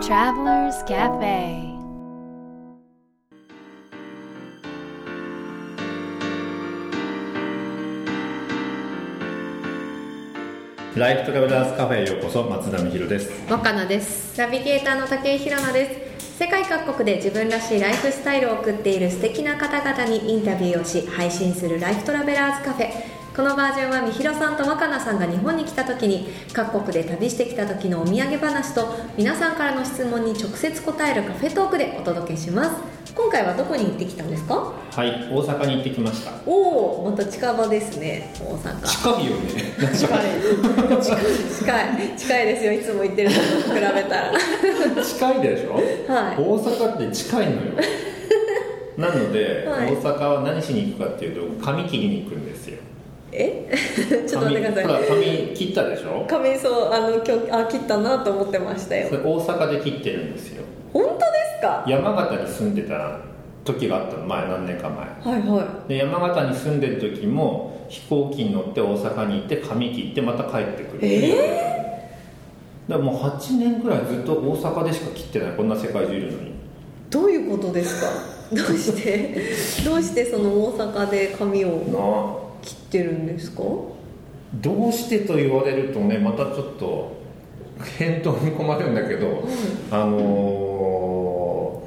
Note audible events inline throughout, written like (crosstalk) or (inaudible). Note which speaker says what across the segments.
Speaker 1: Travelers Cafe
Speaker 2: ライフトラベラーズカフェへようこそ松田美弘です
Speaker 3: 若菜です
Speaker 4: ナビゲーターの竹井ひろなです。世界各国で自分らしいライフスタイルを送っている素敵な方々にインタビューをし配信するライフトラベラーズカフェ。このバージョンはみひろさんと若菜さんが日本に来た時に各国で旅してきた時のお土産話と皆さんからの質問に直接答えるカフェトークでお届けします。今回はどこに行ってきたんですか？
Speaker 2: はい大阪に行ってきました
Speaker 4: おお、また近場ですね。大阪。
Speaker 2: 近いよね
Speaker 4: 近い近いですよ。いつも行ってるのと比べたら。
Speaker 2: 近いでしょ、
Speaker 4: は
Speaker 2: 大
Speaker 4: い
Speaker 2: 阪って近
Speaker 4: (laughs)
Speaker 2: いのよなので、
Speaker 4: はい
Speaker 2: 大阪は何しに行くかっていうと髪切りに行くんですよ
Speaker 4: え？ (laughs) ちょっと待ってくださ
Speaker 2: 髪ほら
Speaker 4: い。
Speaker 2: 髪切ったでしょ
Speaker 4: 髪そうあの今日あ切ったなと思ってました
Speaker 2: それ
Speaker 4: よ
Speaker 2: 大阪で切ってるんですよ
Speaker 4: 本当ですか
Speaker 2: 山形に住んでた時があったの前何年か前
Speaker 4: はいは
Speaker 2: で山形に住んでる時も飛行機に乗って大阪に行って髪切ってまた帰ってくるえだからもう8年ぐらいずっと大阪でしか切ってないこんな世界中いるのに
Speaker 4: いどういうことですか
Speaker 2: (laughs)
Speaker 4: どうしてどうしてその大阪で髪を
Speaker 2: なあ
Speaker 4: 切ってるんですか
Speaker 2: どうしてと言われるとねまたちょっと返答に困るんだけど、あの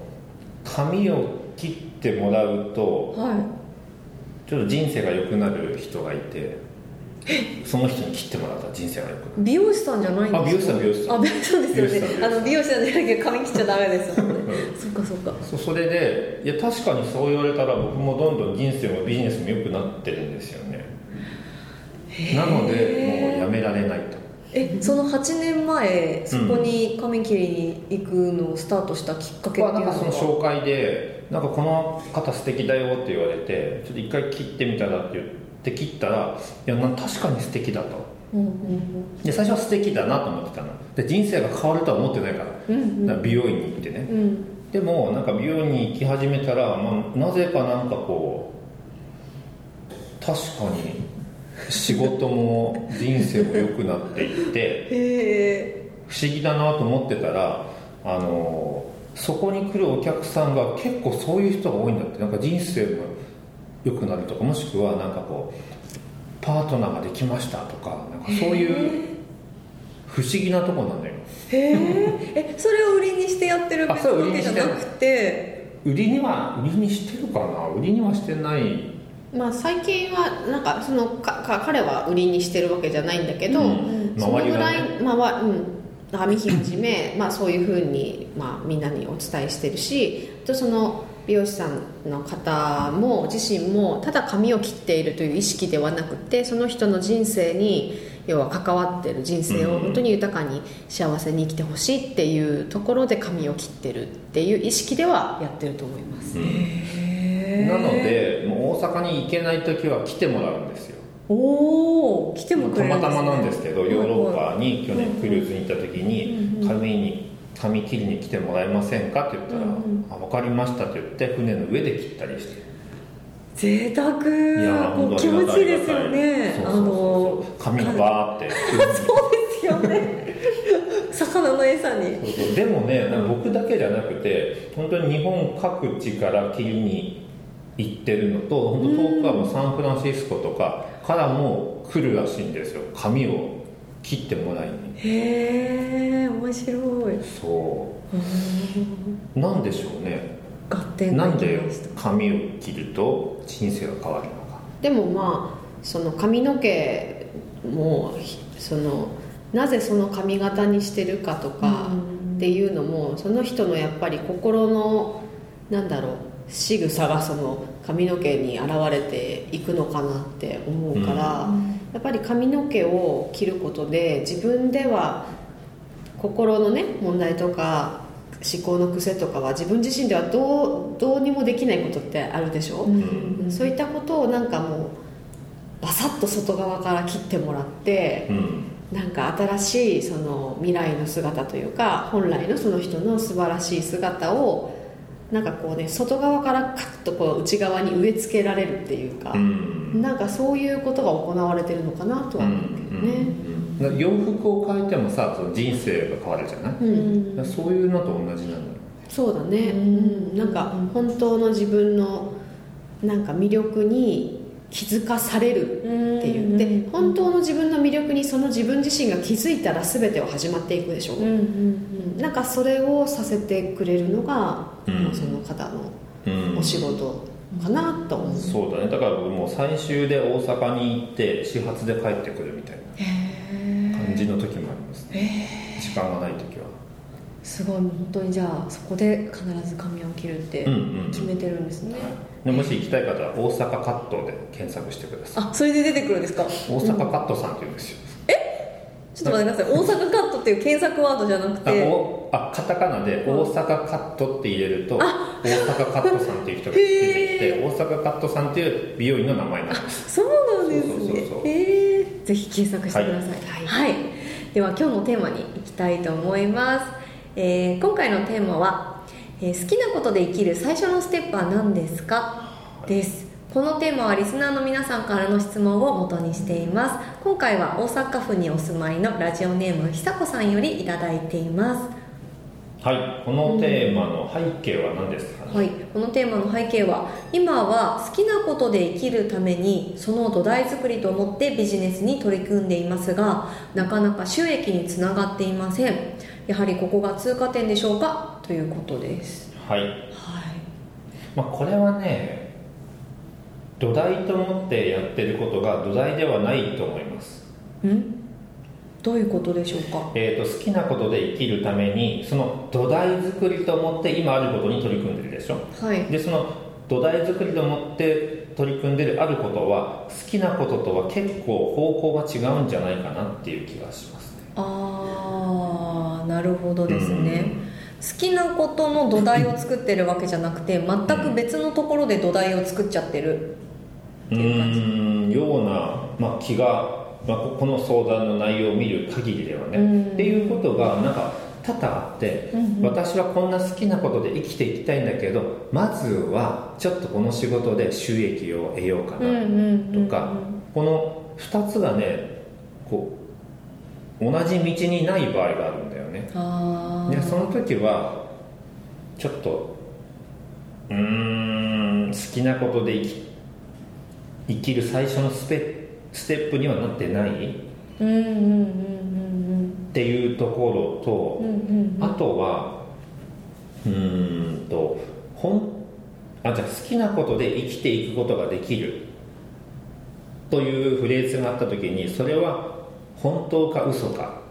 Speaker 2: ー髪を切ってもらうと
Speaker 4: は
Speaker 2: ちょっと人生が良くなる人がいてその人に切ってもらったら人生が良くなる
Speaker 4: い美容師さんじゃないんですか
Speaker 2: あ美容師さん美容師さん
Speaker 4: あ美容師さんです
Speaker 2: 美
Speaker 4: よ
Speaker 2: 容師さん美容師さ
Speaker 4: ねあ
Speaker 2: ん
Speaker 4: の美容師さんじゃなきゃ髪切っちゃダメですも
Speaker 2: (laughs)
Speaker 4: んねそっかそっか
Speaker 2: そうそれでいや確かにそう言われたら僕もどんどん人生もビジネスも良くなってるんですよねなのでもうやめられないと
Speaker 4: えその8年前そこに髪切りに行くのをスタートしたきっかけっていう
Speaker 2: まあ
Speaker 4: の
Speaker 2: なんかその
Speaker 4: は
Speaker 2: 紹介で「なんかこの方素敵だよ」って言われて「ちょっと一回切ってみたら」って言って切ったら「いやな確かに素敵だ」と
Speaker 4: うんうん
Speaker 2: で最初は素敵だなと思ってたので人生が変わるとは思ってないから
Speaker 4: うんうん
Speaker 2: だから美容院に行ってね
Speaker 4: うんうん
Speaker 2: でもなんか美容に行き始めたら、まあ、なぜかなんかこう確かに仕事も人生も良くなっていって
Speaker 4: へ
Speaker 2: 不思議だなと思ってたらあのそこに来るお客さんが結構そういう人が多いんだってなんか人生も良くなるとかもしくはなんかこうパートナーができましたとかなんかそういう不思議なとこなんだよ
Speaker 4: えへええそれを売りにしてやってる
Speaker 2: あそれを売り
Speaker 4: わ
Speaker 2: に
Speaker 4: けじ
Speaker 2: し
Speaker 4: ゃ
Speaker 2: てる
Speaker 4: なくて
Speaker 2: 売りには売りにしてるかな売りにはしてない
Speaker 3: まあ最近はなんかそのかか彼は売りにしてるわけじゃないんだけど、
Speaker 2: うん
Speaker 3: その
Speaker 2: 周り
Speaker 3: ぐ
Speaker 2: が
Speaker 3: ら
Speaker 2: ね
Speaker 3: いまあわうん編み火はじめまあそういうふうに、まあ、みんなにお伝えしてるしあとその美容師さんの方も自身もただ髪を切っているという意識ではなくてその人の人生に要は関わってる人
Speaker 2: う
Speaker 3: 生
Speaker 2: んう
Speaker 3: を
Speaker 2: ん
Speaker 3: 本当に豊かに幸せに生きてほしいっていうところで髪を切ってるっていう意識ではやってると思います。
Speaker 2: なのでもう大阪に行けない時は来てもらうんですよ
Speaker 4: おお来てもく
Speaker 2: た
Speaker 4: れる
Speaker 2: またまなんですすけど
Speaker 4: はい
Speaker 2: ヨ
Speaker 4: はい
Speaker 2: ーロッパに去年クルーズに行った時に髪に髪切りに来てもらえませんかって言ったら「あ分かりました」って言って船の上で切ったりして
Speaker 4: 贅沢
Speaker 2: いやー
Speaker 4: も
Speaker 2: 本当
Speaker 4: う気
Speaker 2: あり
Speaker 4: 持
Speaker 2: がた
Speaker 4: ちいいですよ
Speaker 2: あり
Speaker 4: ね
Speaker 2: がたいそう
Speaker 4: あ
Speaker 2: そうそう
Speaker 4: の
Speaker 2: そう髪がバーって
Speaker 4: そうですよね魚の餌に
Speaker 2: そうそうでもねなんか僕だけじゃなくて本当に日本各地から切りに行ってるのと本当遠くはもうサンフランシスコとかからも来るらしいんですよ髪を切ってもらいに。
Speaker 4: へえ面白い
Speaker 2: そうなんでしょうね
Speaker 4: 合点
Speaker 2: な
Speaker 4: が
Speaker 2: ん
Speaker 4: き
Speaker 2: で
Speaker 4: ました
Speaker 2: 髪を切ると人生が変わるのか
Speaker 3: でもまあその髪の毛もひそのなぜその髪型にしてるかとか
Speaker 4: うん
Speaker 3: っていうのもその人のやっぱり心のなんだろう仕草がその髪の毛に現れていくのかなって思うから、やっぱり髪の毛を切ることで自分では心のね問題とか思考の癖とかは自分自身ではどうどうにもできないことってあるでしょ、
Speaker 4: うん
Speaker 3: そういったことをなんかもうバサッと外側から切ってもらって
Speaker 2: うん
Speaker 3: なんか新しいその未来の姿というか本来のその人の素晴らしい姿をなんかこうね外側からカッとこう内側に植え付けられるっていうか
Speaker 2: う、ん
Speaker 3: なんかそういうことが行われてるのかなと
Speaker 2: う
Speaker 3: は
Speaker 2: ん
Speaker 3: 思うけどね。
Speaker 2: うんな洋服を変えてもさその人生が変わるじゃない、
Speaker 3: う、
Speaker 4: うんん
Speaker 2: だからそういうのと同じなんだろ
Speaker 3: そうだね、う
Speaker 4: うん
Speaker 3: ん、なんか本当の自分のなんか魅力に気づかされるっていうで本当の自分の魅力にその自分自身が気づいたら全ては始まっていくでしょ、
Speaker 4: うんうん
Speaker 3: なんかそれをさせてくれるのが、
Speaker 2: うん
Speaker 3: まあその方の
Speaker 2: う、うん
Speaker 3: お仕事かなと思う、
Speaker 2: そうだねだから僕もう最終で大阪に行って始発で帰ってくるみたい
Speaker 4: へえ
Speaker 2: な感じの時もありますね、
Speaker 4: え
Speaker 2: 時間がない時は
Speaker 4: すごいもう本当にじゃあそこで必ず髪を切るって
Speaker 2: うんうんうん
Speaker 4: 決めてるんですね、
Speaker 2: でもし行きたい方は大阪カットで検索してください
Speaker 4: あそれで出てくるんですか
Speaker 2: 大阪カットさんって言うんですよ、
Speaker 4: ちょっと待ってください大阪カットっていう検索ワードじゃなく
Speaker 2: あ
Speaker 4: て
Speaker 2: おあカタカナで「大阪カット」って入れると大阪カットさんっていう人が出てきて大阪カットさんっていう美容院の名前なんです
Speaker 4: そうなんです
Speaker 2: そうそう
Speaker 4: ね
Speaker 2: そうそう
Speaker 4: へえぜひ検索してください
Speaker 3: は
Speaker 4: はい、では今日のテーマに行きたいと思います、えー今回のテーマは、えー好きなことで生きる最初のステップは何ですか?」ですこのテーマはリスナーの皆さんからの質問を元にしています今回は大阪府にお住まいのラジオネーム久子さんよりいただいています
Speaker 2: はいこのテーマの背景は何ですか、
Speaker 4: はい、このテーマの背景は今は好きなことで生きるためにその土台作りと思ってビジネスに取り組んでいますがなかなか収益につながっていませんやはりここが通過点でしょうかということです
Speaker 2: はい
Speaker 4: はい
Speaker 2: まあ、これはね土台と思ってやってることが土台ではないと思います、
Speaker 4: うんどういうことでしょうか
Speaker 2: えー、と好きなことで生きるためにその土台作りと思って今あることに取り組んでるでしょ
Speaker 4: はい
Speaker 2: でその土台作りと思って取り組んでるあることは好きなこととは結構方向が違うんじゃないかなっていう気がしますね
Speaker 4: ああなるほどですね、好きなことの土台を作ってるわけじゃなくて全く別のところで土台を作っちゃってる
Speaker 2: うーんような、まあ、気が、まあ、ここの相談の内容を見る限りではね、
Speaker 4: うん
Speaker 2: っていうことがなんか多々あって、
Speaker 4: うんうん
Speaker 2: 私はこんな好きなことで生きていきたいんだけどまずはちょっとこの仕事で収益を得ようかな、とか、この2つがねこう同じ道にない場合があるんだよね
Speaker 4: あー
Speaker 2: でその時はちょっとうーん好きなことで生き生きる最初のスペステップにはなってないっ
Speaker 4: うんうんうん
Speaker 2: ていうところと、
Speaker 4: うんうんうんうん
Speaker 2: あとはうーんと本あじゃあ好きなことで生きていくことができるというフレーズがあった時にそれは本当か嘘か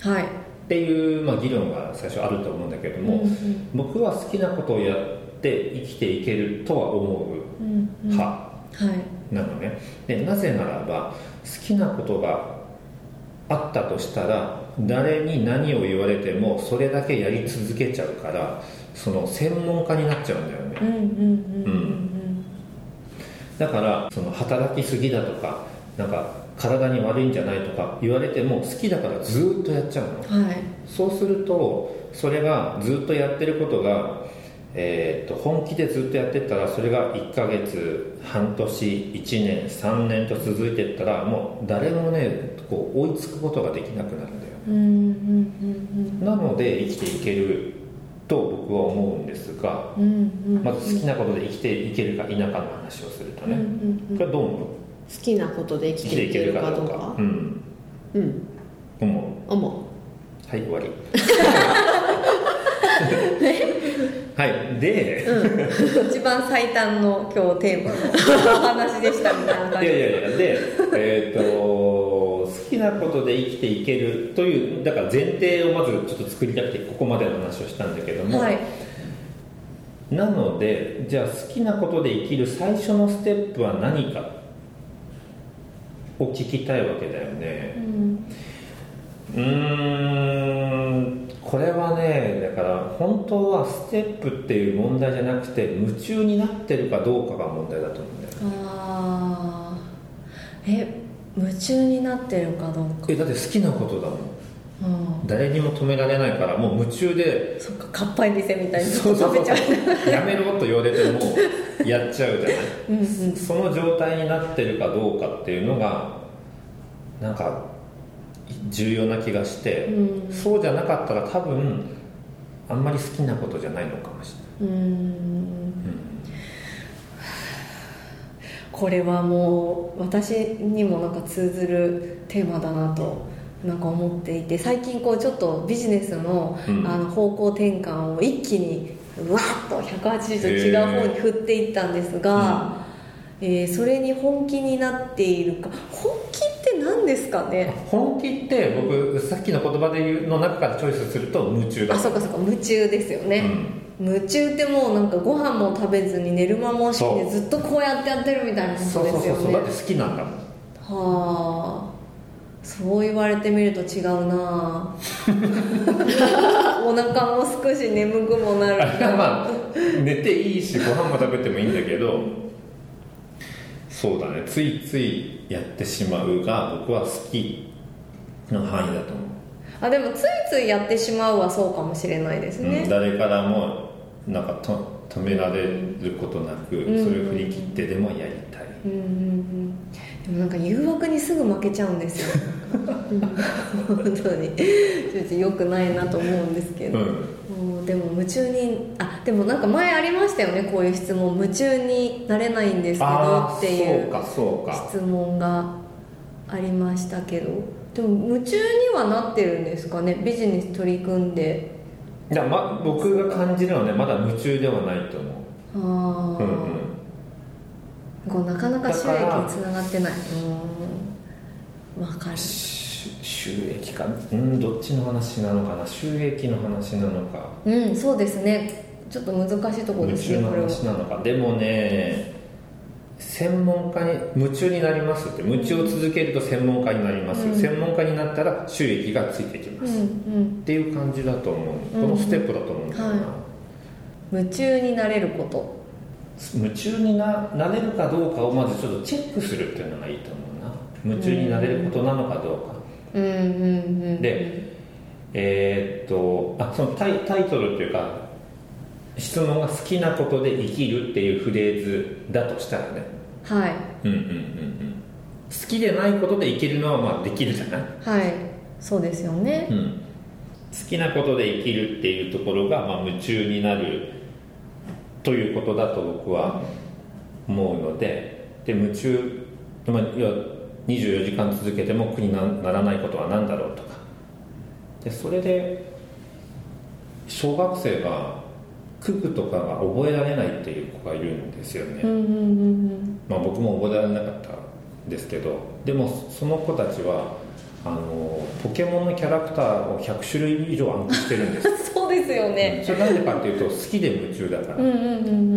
Speaker 4: はい
Speaker 2: っていう、まあ、議論が最初あると思うんだけども、
Speaker 4: うんうん
Speaker 2: 僕は好きなことをやって生きていけるとは思う
Speaker 4: うんうんは
Speaker 2: 派
Speaker 4: い
Speaker 2: なのねでなぜならば好きなことがあったとしたら誰に何を言われてもそれだけやり続けちゃうからその専門家になっちゃうんだよね
Speaker 4: うんうんうんうん
Speaker 2: だからその働きすぎだとかなんか体に悪いんじゃないとか言われても好きだからずっとやっちゃうの
Speaker 4: うんはい
Speaker 2: そうするとそれがずっとやってることが、えーっと本気でずっとやってったらそれが1ヶ月半年1年3年と続いてったらもう誰もねこう追いつくことができなくなるんだよ
Speaker 4: うんうん
Speaker 2: なので生きていけると僕は思うんですが
Speaker 4: うんうんうんうん
Speaker 2: まず好きなことで生きていけるか否かの話をすると
Speaker 4: うんう
Speaker 2: ね、
Speaker 4: んうん
Speaker 2: これはどう思う
Speaker 3: 好きなことで生
Speaker 2: 生
Speaker 3: き
Speaker 2: き
Speaker 3: て
Speaker 2: て
Speaker 3: い
Speaker 2: い
Speaker 3: け
Speaker 2: け
Speaker 3: る
Speaker 2: る
Speaker 3: か
Speaker 2: か
Speaker 3: ど
Speaker 2: ど
Speaker 3: う
Speaker 2: う
Speaker 3: か
Speaker 2: かうん
Speaker 3: うん
Speaker 2: 思
Speaker 3: 思
Speaker 2: うはい終
Speaker 4: (laughs)
Speaker 2: わりはいで、
Speaker 4: 一番最短の今日テーマのお話でしたみたいな感
Speaker 2: い
Speaker 4: じ
Speaker 2: やいやいやでえっと好きなことで生きていけるというだから前提をまずちょっと作りたくてここまでの話をしたんだけども、
Speaker 4: はい
Speaker 2: なのでじゃあ好きなことで生きる最初のステップは何かを聞きたいわけだよねう
Speaker 4: うん
Speaker 2: ーんこれはねだから本当はステップっていう問題じゃなくて夢中になってるかどうかが問題だと思うんだよ
Speaker 4: あーえ夢中になってるかどうか
Speaker 2: えだって好きなことだもん
Speaker 4: うん
Speaker 2: 誰にも止められないからもう夢中で
Speaker 4: そっかかっぱえびせみたいに
Speaker 2: そうそう
Speaker 4: 食
Speaker 2: そ
Speaker 4: べ
Speaker 2: う
Speaker 4: ちゃう
Speaker 2: やめろと言われてもやっちゃうじゃない
Speaker 4: うんうん
Speaker 2: その状態になってるかどうかっていうのがなんか重要な気がして、
Speaker 4: うん
Speaker 2: そうじゃなかったら多分あんまり好きなことじゃないのかもし
Speaker 4: うん
Speaker 2: れない、
Speaker 4: これはもう私にもなんか通ずるテーマだなとなんか思っていて最近こうちょっとビジネスの,、
Speaker 2: うん
Speaker 4: あの方向転換を一気にわーっと180度違う方に振っていったんですが、えーそれに本気になっているか本気って何ですか
Speaker 2: うん
Speaker 4: ね
Speaker 2: 本気って僕さっきの言葉で言うの中からチョイスすると夢中だ
Speaker 4: あそうかそうか夢中ですよね、
Speaker 2: うん
Speaker 4: 夢中ってもうなんかご飯も食べずに寝る間も惜しんで
Speaker 2: そう
Speaker 4: ずっとこうやってやってるみたいなことです
Speaker 2: そう
Speaker 4: よね
Speaker 2: そうそうそうだって好きなんだもん
Speaker 4: はあそう言われてみると違うな
Speaker 2: (laughs)
Speaker 4: お腹も少し眠くもなる
Speaker 2: あれはまあ寝ていいしご飯も食べてもいいんだけどそうだねついついやってしまうが僕は好きの範囲だと思
Speaker 4: あでもついついやってしまうはそうかもしれないです
Speaker 2: う、
Speaker 4: ね、
Speaker 2: うん、誰からもなんかと止められることなく、
Speaker 4: うん
Speaker 2: それを振り切ってでもやりたい、
Speaker 4: うんうんうんでもなんか誘惑にすぐ負けちゃうんですよ本当にちょっと良くないなと思うんですけ
Speaker 2: う
Speaker 4: ど、
Speaker 2: ん、
Speaker 4: もうでも夢中にあでもなんか前ありましたよねこういう質問夢中になれないんですけど
Speaker 2: ああ
Speaker 4: っていう
Speaker 2: そうかそうか
Speaker 4: 質問がありましたけどでも夢中にはなってるんですかねビジネス取り組んで
Speaker 2: いや、ま、僕が感じるのはねまだ夢中ではないと思
Speaker 4: あ
Speaker 2: う、うんうん
Speaker 4: ー、こうなかなか収益につながってないうーんわかる
Speaker 2: し収益かうんどっちの話なのかな収益の話なのか
Speaker 4: うんそうですねちょっと難しいところ
Speaker 2: 夢
Speaker 4: です
Speaker 2: 中
Speaker 4: ね
Speaker 2: の
Speaker 4: これは
Speaker 2: 話なのかでもね専門家に夢中になりますって夢中を続けると専門家になります、
Speaker 4: うん
Speaker 2: 専門家になったら収益がついてきま
Speaker 4: う
Speaker 2: す、っ
Speaker 4: んうん
Speaker 2: ていう感じだと思うこのステップだと思うんだよな、
Speaker 4: うんは夢中になれること
Speaker 2: 夢中にななれるかどうかをまずちょっとチェックするっていうのがいいと思うな夢中になれることなのかどうか、
Speaker 4: うんうんうん
Speaker 2: でえーっとあそのタイタイトルっていうか質問が好きなことで生きるっていうフレーズだとしたらね
Speaker 4: はい
Speaker 2: うんうんうんうん好きでないことで生きるのはまあできるじゃない、
Speaker 4: はいそうですよね (laughs)
Speaker 2: うん、好きなことで生きるっていうところがまあ夢中になるということだと僕は思うのでで夢中、まあ、要は24時間続けても苦になならないことは何だろうとかでそれで小学生が九九とかが覚えられないっていう子がいるんですよね、
Speaker 4: うんうんうんうん
Speaker 2: まあ、僕も覚えられなかったんですけどでもその子たちはあのポケモンのキャラクターを100種類以上暗記してるんです
Speaker 4: そうですよね
Speaker 2: それなんでかっていうと好きで夢中だから
Speaker 4: うんうんうんう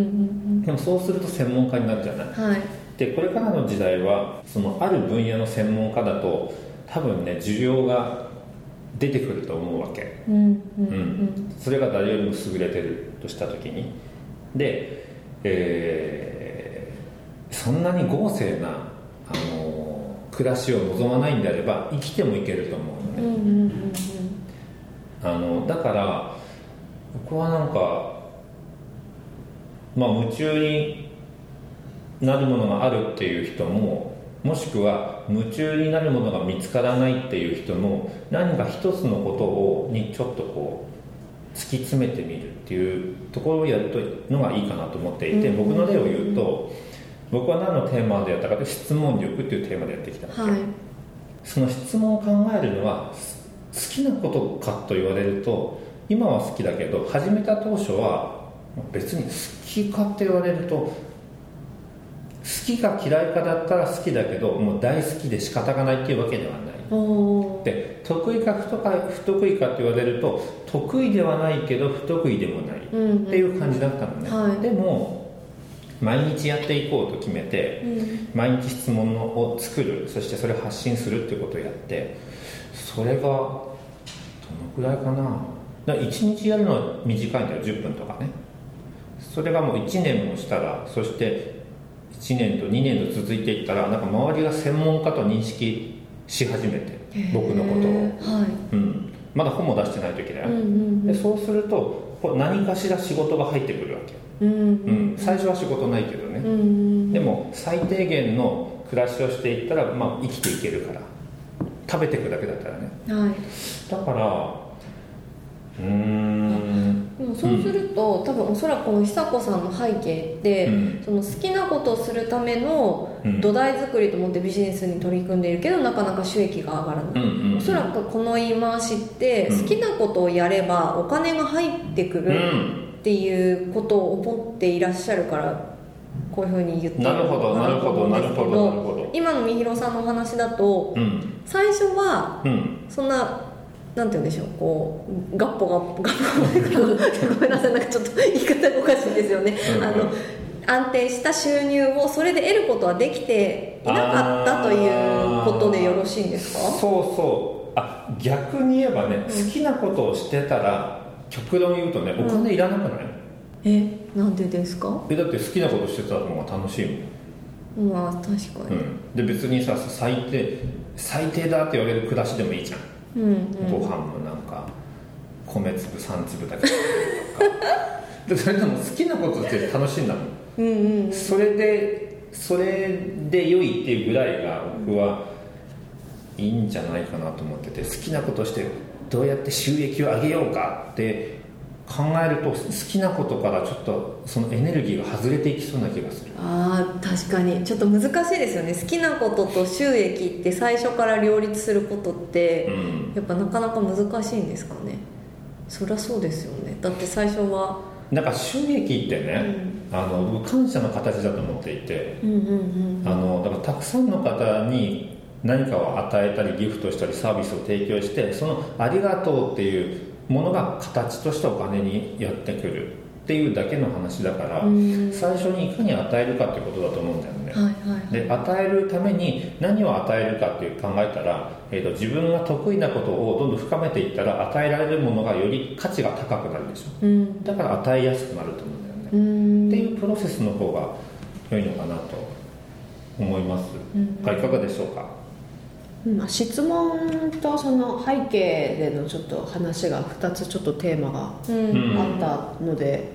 Speaker 4: ん
Speaker 2: でもそうすると専門家になるじゃない
Speaker 4: うんはい
Speaker 2: でこれからの時代はそのある分野の専門家だと多分ね需要が出てくると思うわけ
Speaker 4: うんうんう
Speaker 2: うんん、それが誰よりも優れてるとした時にで、えーそんなに豪勢な、あのー暮らしを望まないんであれば生きてもいけると思うの
Speaker 4: う
Speaker 2: ね、
Speaker 4: んうんうん
Speaker 2: あのだから僕はなんかまあ夢中になるものがあるっていう人ももしくは夢中になるものが見つからないっていう人も何か一つのことをにちょっとこう突き詰めてみるっていうところをやるとのがいいかなと思っていて、
Speaker 4: うん
Speaker 2: 僕の例を言うと僕は何のテーマでやったかというと質問力っていうテーマでやってきたんですよ
Speaker 4: はい
Speaker 2: その質問を考えるのはす好きなことかと言われると今は好きだけど始めた当初は別に好きかって言われると好きか嫌いかだったら好きだけどもう大好きで仕方がないっていうわけではない
Speaker 4: おお
Speaker 2: で得意か不得か不得意かって言われると得意ではないけど不得意でもないっ
Speaker 4: うんうん
Speaker 2: ていう感じだったのね、
Speaker 4: はい
Speaker 2: でも毎日やっていこうと決めて、
Speaker 4: うん
Speaker 2: 毎日質問を作るそしてそれを発信するっていうことをやってそれがどのくらいかなだ1日やるのは短いんだよ10分とかねそれがもう1年もしたらそして1年と2年と続いていったらなんか周りが専門家と認識し始めて僕のことを、
Speaker 4: とは
Speaker 2: う
Speaker 4: い
Speaker 2: ん、まだ本も出してない時だよ、
Speaker 4: うんうん
Speaker 2: でそうするとこう何かしら仕事が入ってくるわけ、
Speaker 4: うんう
Speaker 2: うんん、最初は仕事ないけどね、
Speaker 4: うんうん
Speaker 2: でも最低限の暮らしをしていったら、まあ、生きていけるからっ食べていくだけだったらね
Speaker 4: はい
Speaker 2: だからうーん
Speaker 4: でもそうすると、多分おそらくこの久子さんの背景って、
Speaker 2: うん
Speaker 4: その好きなことをするための
Speaker 2: うん
Speaker 4: 土台作りと思ってビジネスに取り組んでいるけどなかなか収益が上がら
Speaker 2: う
Speaker 4: ない、
Speaker 2: んうん
Speaker 4: おそらくこの言い回しって、
Speaker 2: うん
Speaker 4: 好きなことをやればお金が入ってく
Speaker 2: う
Speaker 4: る
Speaker 2: ん
Speaker 4: っていうことを思っていらっしゃるからこういうふうに言った
Speaker 2: なるほど
Speaker 4: のか
Speaker 2: なる
Speaker 4: なと
Speaker 2: ほ
Speaker 4: 思
Speaker 2: ど
Speaker 4: うん
Speaker 2: な
Speaker 4: で
Speaker 2: る
Speaker 4: すけ
Speaker 2: ほどなる
Speaker 4: ど
Speaker 2: ほど
Speaker 4: 今のみひろさんのお話だと
Speaker 2: うん
Speaker 4: 最初は
Speaker 2: うん
Speaker 4: そんな、なんて言うんでしょう、こう、ガッポガッポ、ガッポ、ごめんなさい、なんかちょっと言い方がおかしいですよね。
Speaker 2: うんうん
Speaker 4: あの安定した収入をそれで得ることはできていなかったということでよろしいんですか
Speaker 2: そうそうあ逆に言えばね好きなことをしてたら極論言うとねお金いらなくない、
Speaker 4: えなんでですか
Speaker 2: えだって好きなことしてた方が楽しいもん
Speaker 4: まあ確かに、
Speaker 2: うん、で別にさ最低最低だって言われる暮らしでもいいじゃん、
Speaker 4: うんうん
Speaker 2: ご飯もなんか米粒3粒だけ (laughs) でそれでも好きなことって楽しいんだもん、
Speaker 4: うんうん
Speaker 2: それでそれで良いっていうぐらいが僕はいいんじゃないかなと思ってて好きなことしてどうやって収益を上げようかって考えると好きなことからちょっとそのエネルギーが外れていきそうな気がする
Speaker 4: あー確かにちょっと難しいですよね好きなことと収益って最初から両立することって、
Speaker 2: うん
Speaker 4: やっぱなかなか難しいんですかねそりゃそうですよねだって最初は
Speaker 2: なんか収益ってね、あの僕感謝の形だと思っていて、
Speaker 4: うんうん
Speaker 2: あのだからたくさんの方に何かを与えたりギフトしたりサービスを提供してその「ありがとう」っていうものが形としてお金にやってくるっていうだけの話だから、
Speaker 4: うん
Speaker 2: 最初にいかに与えるかってことだと思うんだよね、
Speaker 4: はいはいはい
Speaker 2: で与えるために何を与えるかっていう考えたら、えー、と自分が得意なことをどんどん深めていったら与えられるものがより価値が高くなるでしょ
Speaker 4: うん
Speaker 2: だから与えやすくなると思うんだよね、
Speaker 4: う
Speaker 2: って
Speaker 4: ん
Speaker 2: いうプロセスの方が良いのかなと思います、
Speaker 4: うん
Speaker 2: がいかがでしょうか
Speaker 3: まあ、質問とその背景でのちょっと話が2つちょっとテーマが
Speaker 4: うん
Speaker 3: あったので、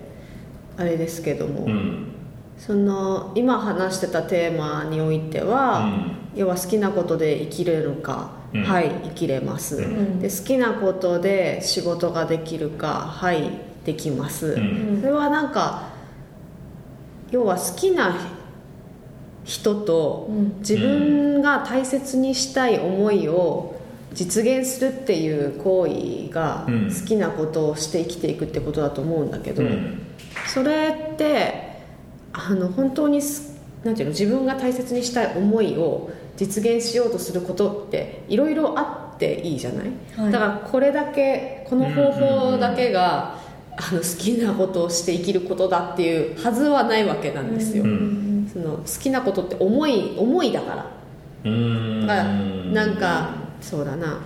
Speaker 3: あれですけども、
Speaker 2: うん
Speaker 3: その今話してたテーマにおいて
Speaker 2: う
Speaker 3: は、
Speaker 2: ん
Speaker 3: 要は好きなことで生きれるか、
Speaker 2: うん
Speaker 3: はい生きれます、
Speaker 2: うん
Speaker 3: で好きなことで仕事ができるかはいできます、
Speaker 2: うん
Speaker 3: それはなんか要は好きな人と
Speaker 4: うん
Speaker 3: 自分が大切にしたい思いを実現するっていう行為が
Speaker 2: うん
Speaker 3: 好きなことをして生きていくってことだと思うんだけ
Speaker 2: う
Speaker 3: ど、
Speaker 2: ん
Speaker 3: それってあの本当にすなんていうの自分が大切にしたい思いを実現しようとすることっていろいろあっていいじゃない、
Speaker 4: はい
Speaker 3: だからこれだけこの方法だけが、あの好きなことをして生きることだっていうはずはないわけなんですよ、
Speaker 2: うん
Speaker 3: その好きなことって思い思いだから
Speaker 2: うん
Speaker 3: だからなんかそうだな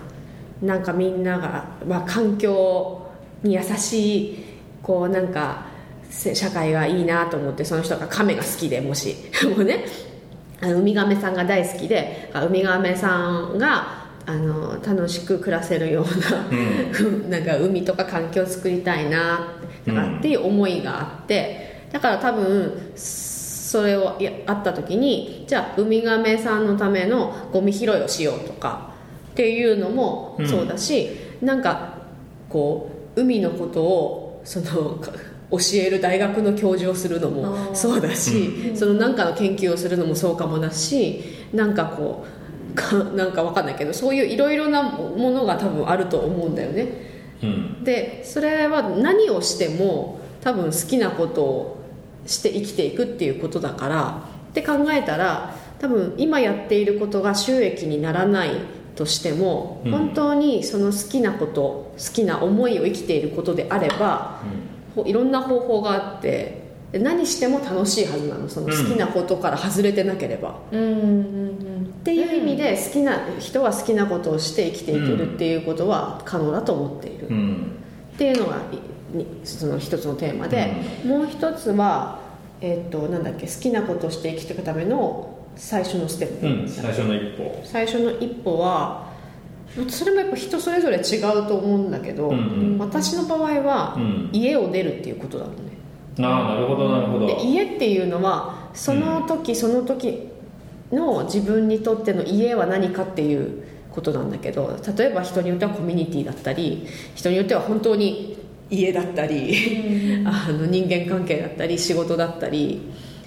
Speaker 3: なんかみんなが、まあ、環境に優しいこうなんかせ社会がいいなと思ってその人が亀が好きでもし (laughs) もうねあのウミガメさんが大好きであウミガメさんがあの楽しく暮らせるような,、 (laughs) なんか海とか環境を作りたいなだからっていう思いがあってだから多分それをやあった時にじゃあウミガメさんのためのゴミ拾いをしようとかっていうのも
Speaker 2: うん
Speaker 3: そうだし、なんかこう海のことをその (laughs) か教える大学の教授をするの
Speaker 4: あ
Speaker 3: も
Speaker 4: ー
Speaker 3: そうだし、その何かの研究をするのもそうかもだしなんかこうかなんかわかんないけどそういういろいろなものが多分あると思うんだよね。
Speaker 2: うん
Speaker 3: でそれは何をしても多分好きなことをして生きていくっていうことだからって考えたら多分今やっていることが収益にならないとしても、
Speaker 2: うん
Speaker 3: 本当にその好きなこと好きな思いを生きていることであればほいろんな方法があってで何しても楽しいはずなのその好きなことから外れてなければ。
Speaker 4: うんうん
Speaker 3: っていう意味で好きな人は好きなことをして生きていけるっていうことは可能だと思っている
Speaker 2: う。ん
Speaker 3: っていうのがいにその一つのテーマで、もう一つは、えっとなんだっけ好きなことをして生きていくための最初のステップ、
Speaker 2: うん最初の一歩
Speaker 3: 最初の一歩はそれもやっぱ人それぞれ違うと思うんだけど、
Speaker 2: うんうん
Speaker 3: 私の場合は、
Speaker 2: うん
Speaker 3: 家を出るっていうことだもんね
Speaker 2: ああなるほどなるほど
Speaker 3: で家っていうのはその時、その時の自分にとっての家は何かっていうことなんだけど例えば人によってはコミュニティだったり人によっては本当に家だったり (laughs) あの人間関係だったり仕事だったり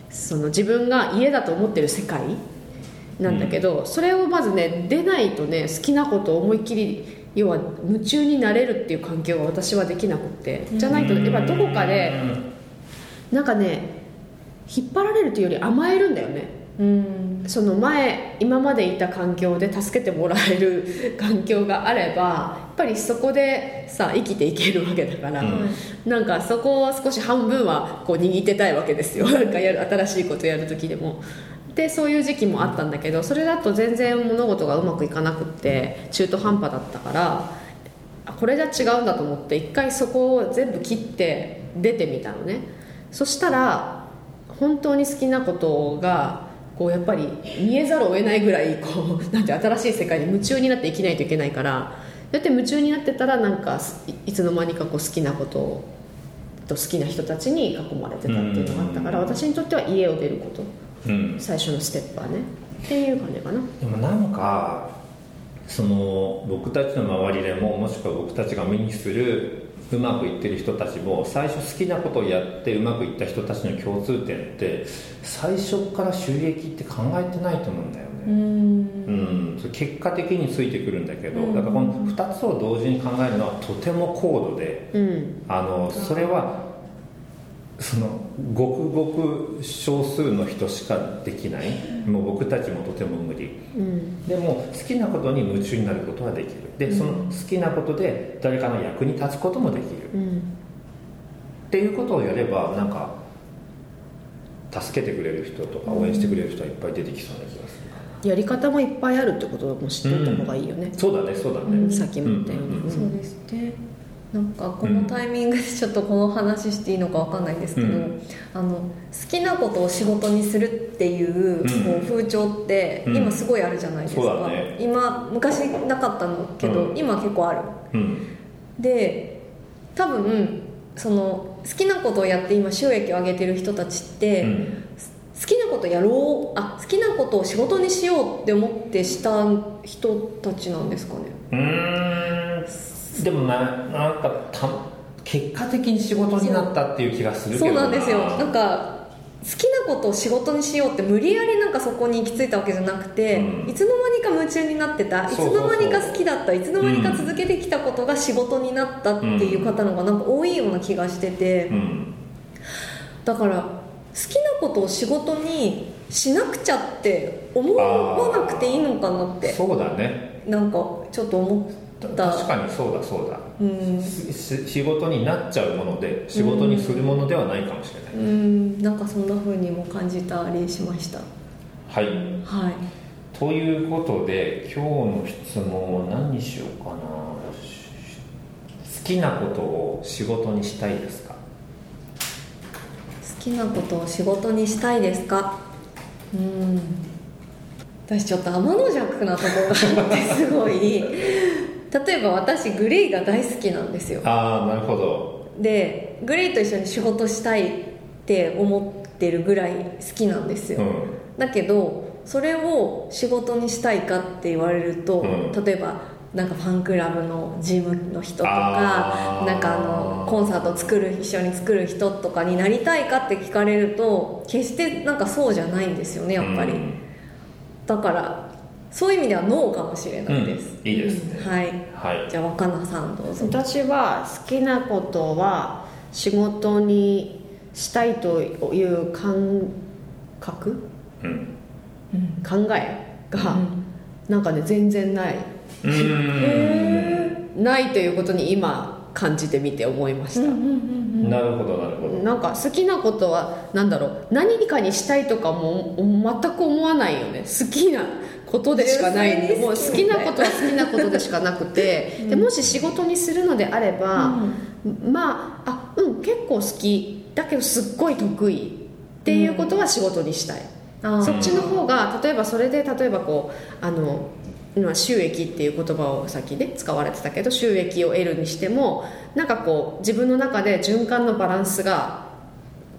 Speaker 3: その自分が家だと思ってる世界なんだけど、それをまずね出ないとね好きなことを思いっきり要は夢中になれるっていう環境は私はできなくってじゃないとやっぱどこかでなんかね引っ張られるというより甘えるんだよね
Speaker 4: うん
Speaker 3: その前今までいた環境で助けてもらえる (laughs) 環境があればやっぱりそこでさ生きていけるわけだから、
Speaker 2: うん
Speaker 3: なんかそこを少し半分はこう握ってたいわけですよ (laughs) なんかやる新しいことやる時でも。でそういう時期もあったんだけどそれだと全然物事がうまくいかなくって中途半端だったからあこれじゃ違うんだと思って一回そこを全部切って出てみたのねそしたら本当に好きなことがこうやっぱり見えざるを得ないぐらいこう (laughs) なんて新しい世界に夢中になって生きないといけないからだって夢中になってたらなんかすいいつの間にかこう好きなことと好きな人たちに囲まれてたっていうのがあったから
Speaker 2: うん
Speaker 3: 私にとっては家を出ること
Speaker 2: うん
Speaker 3: 最初のステップはねっていう感じかな
Speaker 2: でもなんかその僕たちの周りでももしくは僕たちが目にするうまくいってる人たちも最初好きなことをやってうまくいった人たちの共通点って最初から収益って考えてないと思うんだよね、
Speaker 4: うん
Speaker 2: うん、それ結果的についてくるんだけど、
Speaker 4: うん
Speaker 2: だからこの2つを同時に考えるのはとても高度で
Speaker 3: うん
Speaker 2: あのそれはそのごくごく少数の人しかできないもう僕たちもとても無理
Speaker 3: うん
Speaker 2: でも好きなことに夢中になることはできるでその好きなことで誰かの役に立つこともできる
Speaker 3: うん
Speaker 2: っていうことをやればなんか助けてくれる人とか応援してくれる人はいっぱい出てきそうな気がする
Speaker 3: やり方もいっぱいあるってことも知っておいた方がいいよね、
Speaker 2: そうだねそうだね、
Speaker 4: うん
Speaker 3: さっきも言ったように、
Speaker 2: うん
Speaker 4: そうですねなんかこのタイミングでちょっとこの話していいのかわかんないんですけど、
Speaker 2: うん
Speaker 4: あの好きなことを仕事にするっていう,、
Speaker 2: うん
Speaker 4: こう風潮って
Speaker 2: うん
Speaker 4: 今すごいあるじゃないですか、
Speaker 2: そうだね
Speaker 4: 今昔なかったのけど、
Speaker 2: うん
Speaker 4: 今結構ある
Speaker 2: うん
Speaker 4: で多分その好きなことをやって今収益を上げてる人たちって、
Speaker 2: うん
Speaker 4: 好きなことやろうあ好きなことを仕事にしようって思ってした人たちなんですかね
Speaker 2: うーんでもななんかた結果的に仕事になったっていう気がするけ
Speaker 4: そう
Speaker 2: ど
Speaker 4: なんですよなんか好きなことを仕事にしようって無理やりなんかそこに行き着いたわけじゃなくて、
Speaker 2: うん
Speaker 4: いつの間にか夢中になってたいつ
Speaker 2: そうそうそう
Speaker 4: の間にか好きだったいつの間にか続けてきたことが仕事になったっていう方の方がなんか多いような気がしてて、
Speaker 2: うん
Speaker 4: だから好きなことを仕事にしなくちゃって思わなくていいのかなって
Speaker 2: そうだね
Speaker 4: なんかちょっと思
Speaker 2: た
Speaker 4: だ
Speaker 2: 確かにそうだそうだ
Speaker 4: ううん
Speaker 2: しし仕事になっちゃうもので仕事にするものではないかもしれない、
Speaker 4: うんなんかそんな風にも感じたりしました
Speaker 2: はい
Speaker 4: はい
Speaker 2: ということで今日の質問は何にしようかなし好きなことを仕事にしたいですか
Speaker 4: 好きなことを仕事にしたいですかうん私ちょっと天の弱なところがあってすごい例えば私グレイが大好きなんですよ
Speaker 2: ああなるほど
Speaker 4: でグレイと一緒に仕事したいって思ってるぐらい好きなんですよ、
Speaker 2: うん
Speaker 4: だけどそれを仕事にしたいかって言われると、
Speaker 2: うん
Speaker 4: 例えばなんかファンクラブの事務の人とか
Speaker 2: あー
Speaker 4: なんかあのコンサート作る一緒に作る人とかになりたいかって聞かれると決してなんかそうじゃないんですよねやっぱり、
Speaker 2: うん
Speaker 4: だからそういう意味ではノーかもしれないです、
Speaker 2: うんいいですね、
Speaker 4: はい
Speaker 2: はい
Speaker 4: じゃあ若菜さんどうぞ
Speaker 3: 私は好きなことは仕事にしたいという感覚
Speaker 2: うん
Speaker 3: 考えが、
Speaker 4: うん
Speaker 3: なんかね全然ないう
Speaker 2: ーん
Speaker 3: ないということに今感じてみて思いました、
Speaker 2: なるほどなるほど
Speaker 3: なんか好きなことは何だろう何かにしたいとかもも全く思わないよね好きなことでしかない
Speaker 4: 純粋に
Speaker 3: もう
Speaker 4: 好き
Speaker 3: 好き
Speaker 4: み
Speaker 3: な
Speaker 4: たいな
Speaker 3: ことは好きなことでしかなくて、でもし仕事にするのであれば、まああうん結構好きだけどすっごい得意っていうことは仕事にしたい、
Speaker 4: あー
Speaker 3: そっちの方が例えばそれで例えばこうあの今収益っていう言葉を先で使われてたけど収益を得るにしてもなんかこう自分の中で循環のバランスが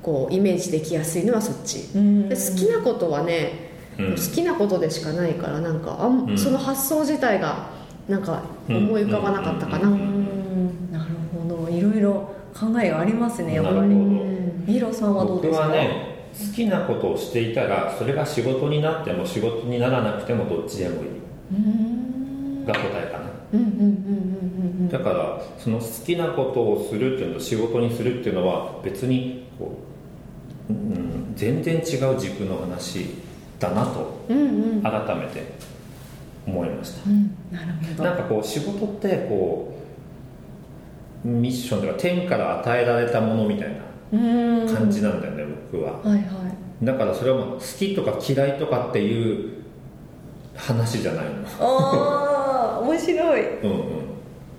Speaker 3: こうイメージできやすいのはそっち、
Speaker 4: うん
Speaker 3: で好きなことはね
Speaker 2: うん
Speaker 3: 好きなことでしかないからなんかあん、
Speaker 2: うん
Speaker 3: その発想自体がなんか思い浮かばなかったかな、
Speaker 2: う
Speaker 4: うーんなるほどいろいろ考えがありますねやっぱ
Speaker 2: な
Speaker 4: り
Speaker 2: る
Speaker 3: うん
Speaker 4: ミロさんはどう
Speaker 2: 僕
Speaker 4: ですか
Speaker 2: はね好きなことをしていたらそれが仕事になっても仕事にならなくてもどっちでもいいう
Speaker 4: ーん
Speaker 2: が答えかな
Speaker 4: うんうんうんうんうんうん
Speaker 2: だからその好きなことをするっていうのと仕事にするっていうのは別にこう、うん、全然違う軸の話だなと
Speaker 4: うんうん
Speaker 2: 改めて思いまし
Speaker 4: うんなるほ
Speaker 2: た
Speaker 4: ど
Speaker 2: なんかこう仕事ってこうミッションというか天から与えられたものみたいな
Speaker 4: うーん
Speaker 2: 感じなんだよね、僕は
Speaker 4: はいはい
Speaker 2: だからそれはもう好きとか嫌いとかっていう話じゃないの
Speaker 4: ああ面白い
Speaker 2: うん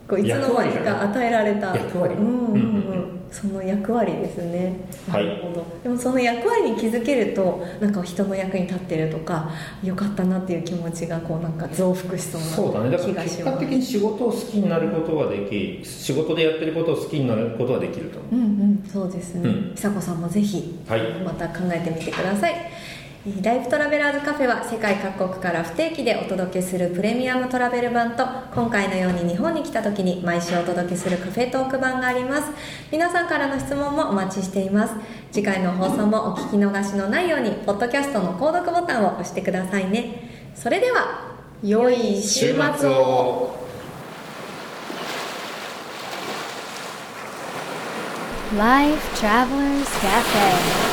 Speaker 4: こういつの間にか与えられた
Speaker 2: 役割
Speaker 4: う
Speaker 2: だ
Speaker 4: んうんう
Speaker 2: うんうん
Speaker 4: んその役割ですね
Speaker 2: はい
Speaker 4: なるほどでもその役割に気づけるとなんか人の役に立ってるとかよかったなっていう気持ちがこうなんか増幅し
Speaker 2: うん
Speaker 4: そ
Speaker 2: そうだ
Speaker 4: う
Speaker 2: ね
Speaker 4: な
Speaker 2: だか
Speaker 4: 気
Speaker 2: ら
Speaker 4: がし
Speaker 2: 結
Speaker 4: ま
Speaker 2: 果
Speaker 4: す
Speaker 2: 的に仕事を好きになることができ仕事でやってることを好きになることはできると思
Speaker 4: うんうんそうですね
Speaker 2: うん
Speaker 4: 久子さんもぜひ
Speaker 2: うはい
Speaker 4: また考えてみてくださいえーライフトラベラーズカフェは世界各国から不定期でお届けするプレミアムトラベル版と今回のように日本に来た時に毎週お届けするカフェトーク版があります皆さんからの質問もお待ちしています次回の放送もお聞き逃しのないようにポッドキャストの購読ボタンを押してくださいねそれでは良い週末を
Speaker 1: Life Travelers Cafe.